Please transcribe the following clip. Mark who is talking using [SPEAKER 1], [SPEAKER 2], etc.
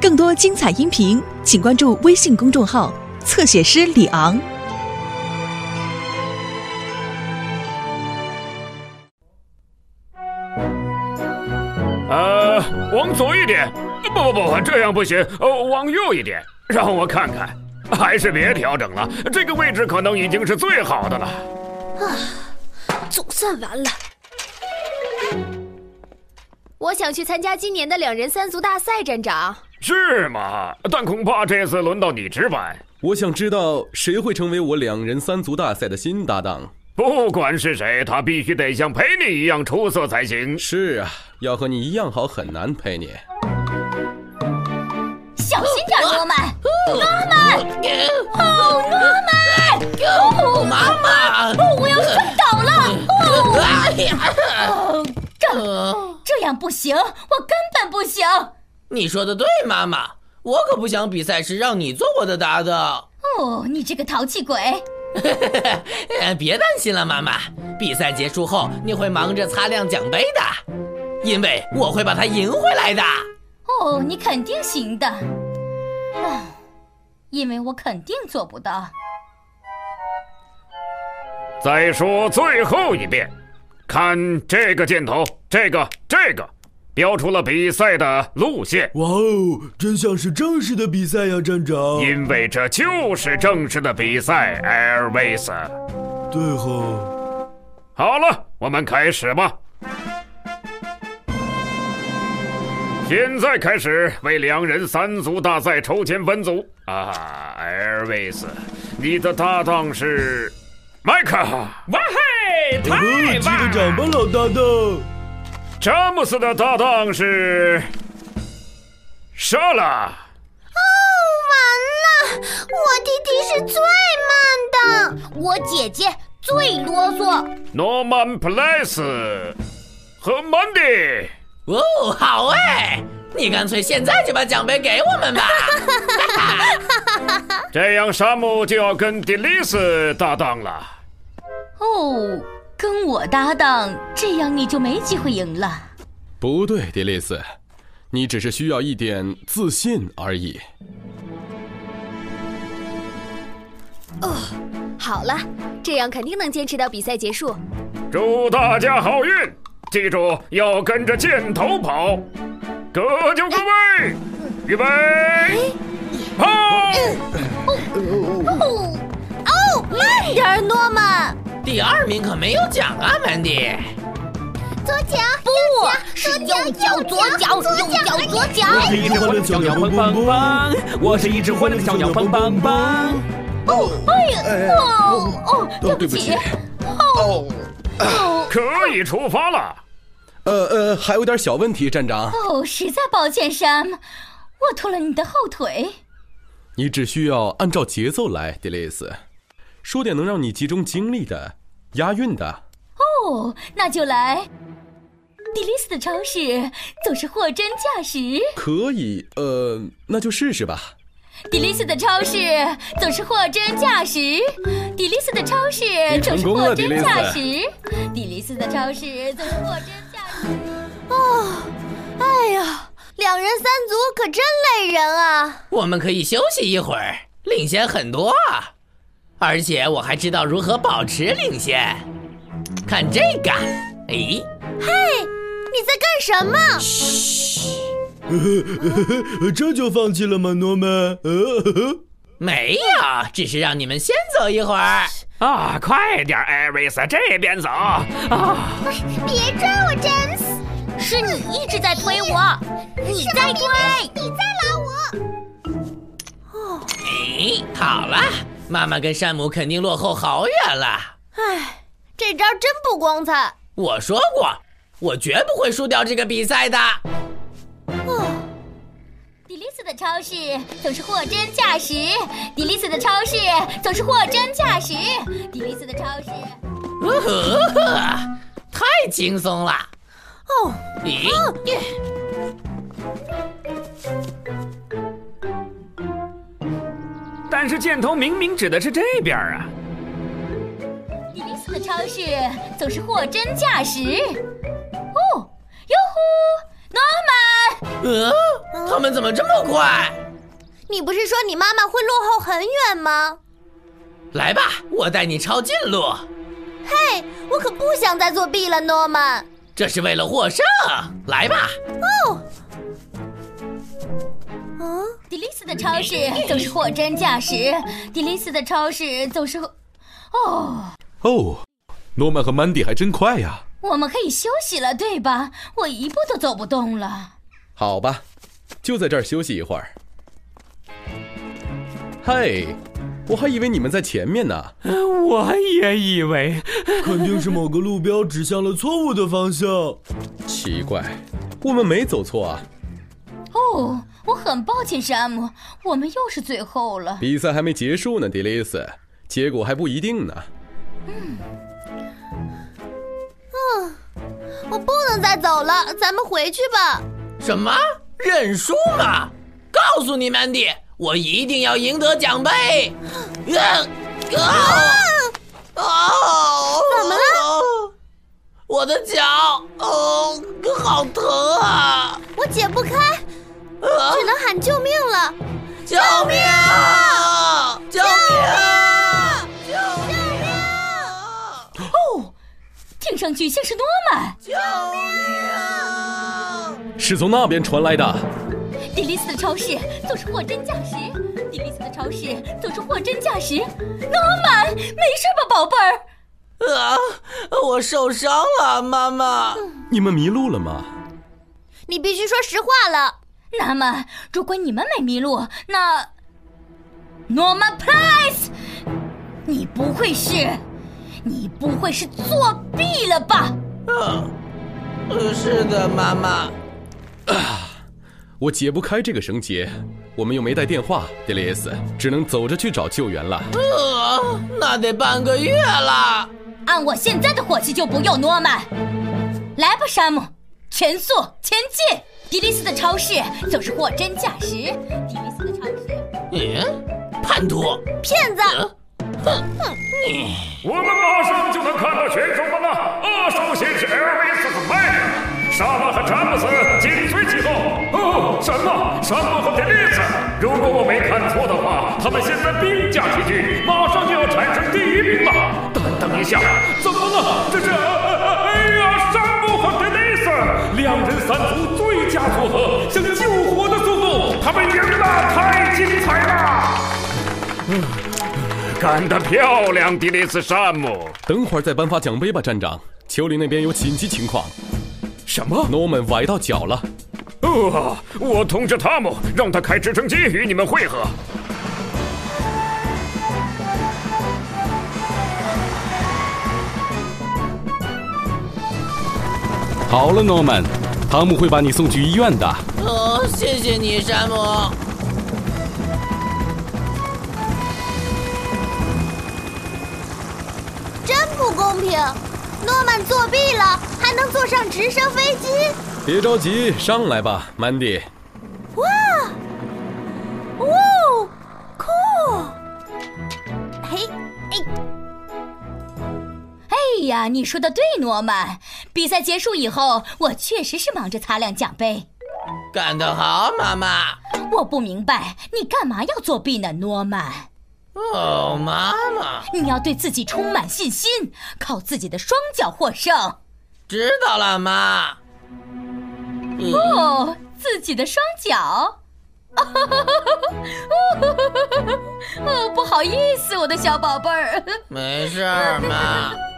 [SPEAKER 1] 更多精彩音频，请关注微信公众号“侧写师李昂
[SPEAKER 2] 呃，往左一点，不不不，这样不行，呃，往右一点，让我看看，还是别调整了，这个位置可能已经是最好的了。
[SPEAKER 3] 总算完了。我想去参加今年的两人三足大赛，站长。
[SPEAKER 2] 是吗？但恐怕这次轮到你值班。
[SPEAKER 4] 我想知道谁会成为我两人三足大赛的新搭档。
[SPEAKER 2] 不管是谁，他必须得像陪你一样出色才行。
[SPEAKER 4] 是啊，要和你一样好很难，佩妮。
[SPEAKER 3] 小心点，诺曼！诺曼！哦，诺曼！哦，妈妈！哦，我要摔倒了！
[SPEAKER 5] 哎
[SPEAKER 3] 哦，这这样不行，我根本不行。
[SPEAKER 5] 你说的对，妈妈，我可不想比赛时让你做我的搭档。
[SPEAKER 3] 哦，你这个淘气鬼！
[SPEAKER 5] 呃别担心了，妈妈，比赛结束后你会忙着擦亮奖杯的，因为我会把它赢回来的。
[SPEAKER 3] 哦，你肯定行的。唉，因为我肯定做不到。
[SPEAKER 2] 再说最后一遍，看这个箭头，这个这个，标出了比赛的路线，
[SPEAKER 6] 哇哦，真像是正式的比赛呀，站长。
[SPEAKER 2] 因为这就是正式的比赛，Airways。
[SPEAKER 6] 对吼，
[SPEAKER 2] 好了，我们开始吧。现在开始为两人三足大赛抽签分组啊，Airways，你的搭档是麦克、
[SPEAKER 7] 哇嘿，
[SPEAKER 6] 哦，
[SPEAKER 7] 太
[SPEAKER 6] 记得
[SPEAKER 7] 棒
[SPEAKER 6] 长吧
[SPEAKER 7] 了！，
[SPEAKER 6] 老搭档。
[SPEAKER 2] 詹姆斯的搭档是莎拉，
[SPEAKER 3] 完了，我弟弟是最慢的，我姐姐最啰嗦。
[SPEAKER 2] 诺曼普莱斯和曼迪。
[SPEAKER 5] 哦，好哎，你干脆现在就把奖杯给我们吧。
[SPEAKER 2] 这样，山姆就要跟迪丽斯搭档了。
[SPEAKER 3] 哦，跟我搭档，这样你就没机会赢了。
[SPEAKER 4] 不对，迪丽斯，你只是需要一点自信而已。
[SPEAKER 8] 好了，这样肯定能坚持到比赛结束。
[SPEAKER 3] 哦
[SPEAKER 2] 祝大家好运，记住要跟着箭头跑，各就各位，预备，跑！
[SPEAKER 3] 哦，哦，慢点儿，诺曼。
[SPEAKER 5] 第二名可没有奖啊，曼迪。
[SPEAKER 3] 左脚，不，是右脚，左脚，右脚，哎左脚。
[SPEAKER 6] 是一只欢乐的小鸟蹦蹦蹦，
[SPEAKER 7] 我是一只欢乐的小鸟，蹦蹦蹦。
[SPEAKER 3] 哎呀，哦哦，对不起。哦哦
[SPEAKER 2] 可以出发了。
[SPEAKER 4] 呃呃，还有点小问题，站长，
[SPEAKER 3] 哦，实在抱歉，Sam，我拖了你的后腿。
[SPEAKER 4] 你只需要按照节奏来，迪丽斯，说点能让你集中精力的、押韵的。
[SPEAKER 3] 哦，那就来。迪丽斯的超市总是货真价实，
[SPEAKER 4] 可以，呃，那就试试吧。
[SPEAKER 3] 迪丽斯的超市总是货真价实，迪丽斯的超市总是货真价实，迪丽斯的超市总是货真价实。哦
[SPEAKER 8] 哎呀，两人三足可真累人啊！
[SPEAKER 5] 我们可以休息一会儿，领先很多啊！而且我还知道如何保持领先。看这个，哎诶，
[SPEAKER 8] 你在干什么？
[SPEAKER 6] 呃这就放弃了吗，诺曼？呃，呵呵
[SPEAKER 5] 没有，只是让你们先走一会儿。
[SPEAKER 2] 啊，快点，艾瑞斯，这边走。
[SPEAKER 3] 别追我，James！是你一直在推我，你在推，你在拉我。
[SPEAKER 5] 诶，好了，妈妈跟山姆肯定落后好远了。
[SPEAKER 3] 哎
[SPEAKER 8] 这招真不光彩。
[SPEAKER 5] 我说过，我绝不会输掉这个比赛的。
[SPEAKER 3] 迪丽斯的超市总是货真价实，迪丽斯的超市总是货真价实，迪丽斯的超市。
[SPEAKER 5] 呜呼太轻松了。哦，咦，
[SPEAKER 7] 但是箭头明明指的是这边啊！
[SPEAKER 3] 迪丽斯的超市总是货真价实。哦，哟呼，诺曼，
[SPEAKER 5] 嗯、他们怎么这么快？
[SPEAKER 8] 你不是说你妈妈会落后很远吗？
[SPEAKER 5] 来吧，我带你抄近路，
[SPEAKER 8] 嘿，我可不想再作弊了，Norman。
[SPEAKER 5] 这是为了获胜。来吧，
[SPEAKER 8] 嗯，
[SPEAKER 3] 迪丽斯的超市总是货真价实，迪丽斯的超市总是……哦，
[SPEAKER 4] 哦，诺曼和曼迪还真快呀。
[SPEAKER 3] 我们可以休息了，对吧？我一步都走不动了。
[SPEAKER 4] 好吧，就在这儿休息一会儿。嘿，我还以为你们在前面呢。
[SPEAKER 7] 我也以为
[SPEAKER 6] 肯定是某个路标指向了错误的方向。
[SPEAKER 4] 奇怪，我们没走错啊。
[SPEAKER 3] 哦，我很抱歉，山姆，我们又是最后了。
[SPEAKER 4] 比赛还没结束呢，迪丽斯，结果还不一定呢。
[SPEAKER 8] 我哦不能再走了，咱们回去吧。
[SPEAKER 5] 什么认输吗？告诉你，Mandy，我一定要赢得奖杯。啊啊！哦，怎么了？我的脚，哦，好疼啊！
[SPEAKER 8] 我解不开，
[SPEAKER 5] 啊
[SPEAKER 8] 只能喊救命了。
[SPEAKER 5] 救命！啊！救啊命！啊
[SPEAKER 3] 哦，听上去像是诺曼。
[SPEAKER 5] 救命！啊！
[SPEAKER 4] 是从那边传来的。
[SPEAKER 3] 迪丽斯的超市总是货真价实，迪丽斯的超市总是货真价实。诺曼，没事吧，宝贝儿？
[SPEAKER 5] 啊！我受伤了，妈妈。
[SPEAKER 4] 你们迷路了吗？
[SPEAKER 8] 你必须说实话了。
[SPEAKER 3] 那么，如果你们没迷路，那，Norman Price，你不会是，你不会是作弊了吧？
[SPEAKER 5] 呃是的，妈妈。
[SPEAKER 4] 我解不开这个绳结，我们又没带电话，迪丽斯，只能走着去找救援了。
[SPEAKER 5] 呃，那得半个月了。
[SPEAKER 3] 按我现在的火气就不用诺曼。来吧，山姆，全速前进！迪丽斯的超市总是货真价实，迪丽斯的超市。
[SPEAKER 5] 嗯，叛徒。
[SPEAKER 8] 骗子，
[SPEAKER 2] 我们马上就能看到选手们了。呃，首先是 Elvis 和 Mike，沙拉和詹姆斯紧随其后。哦，什么？山姆和 d e l i s 如果我没看错的话，他们现在并驾齐驱，马上就要产生第一名了。等等一下，怎么了？这是……呃哎呀，山姆和 d e l i s 两人三足最佳组合，像救火的速度，他们赢了，太精彩了！干得漂亮，迪丽斯山姆。
[SPEAKER 4] 等会儿再颁发奖杯吧，站长。丘陵那边有紧急情况
[SPEAKER 2] 什么？
[SPEAKER 4] ，Norman 崴到脚了。
[SPEAKER 2] 哦，我通知汤姆，让他开直升机与你们会合。
[SPEAKER 9] 好了，Norman，汤姆会把你送去医院的。
[SPEAKER 5] 哦，谢谢你，山姆。
[SPEAKER 8] 真不公平。诺曼作弊了，还能坐上直升飞机？
[SPEAKER 4] 别着急，上来吧，Mandy。
[SPEAKER 8] 哇，哦，酷！嘿，哎，
[SPEAKER 3] 哎呀，你说的对，诺曼。比赛结束以后，我确实是忙着擦亮奖杯。
[SPEAKER 5] 干得好，妈妈。
[SPEAKER 3] 我不明白你干嘛要作弊呢，诺曼。
[SPEAKER 5] 哦，妈妈，
[SPEAKER 3] 你要对自己充满信心，靠自己的双脚获胜。
[SPEAKER 5] 知道了，妈。
[SPEAKER 3] 哦，自己的双 脚。哦，不好意思，我的小宝贝儿。
[SPEAKER 5] 没事儿，妈。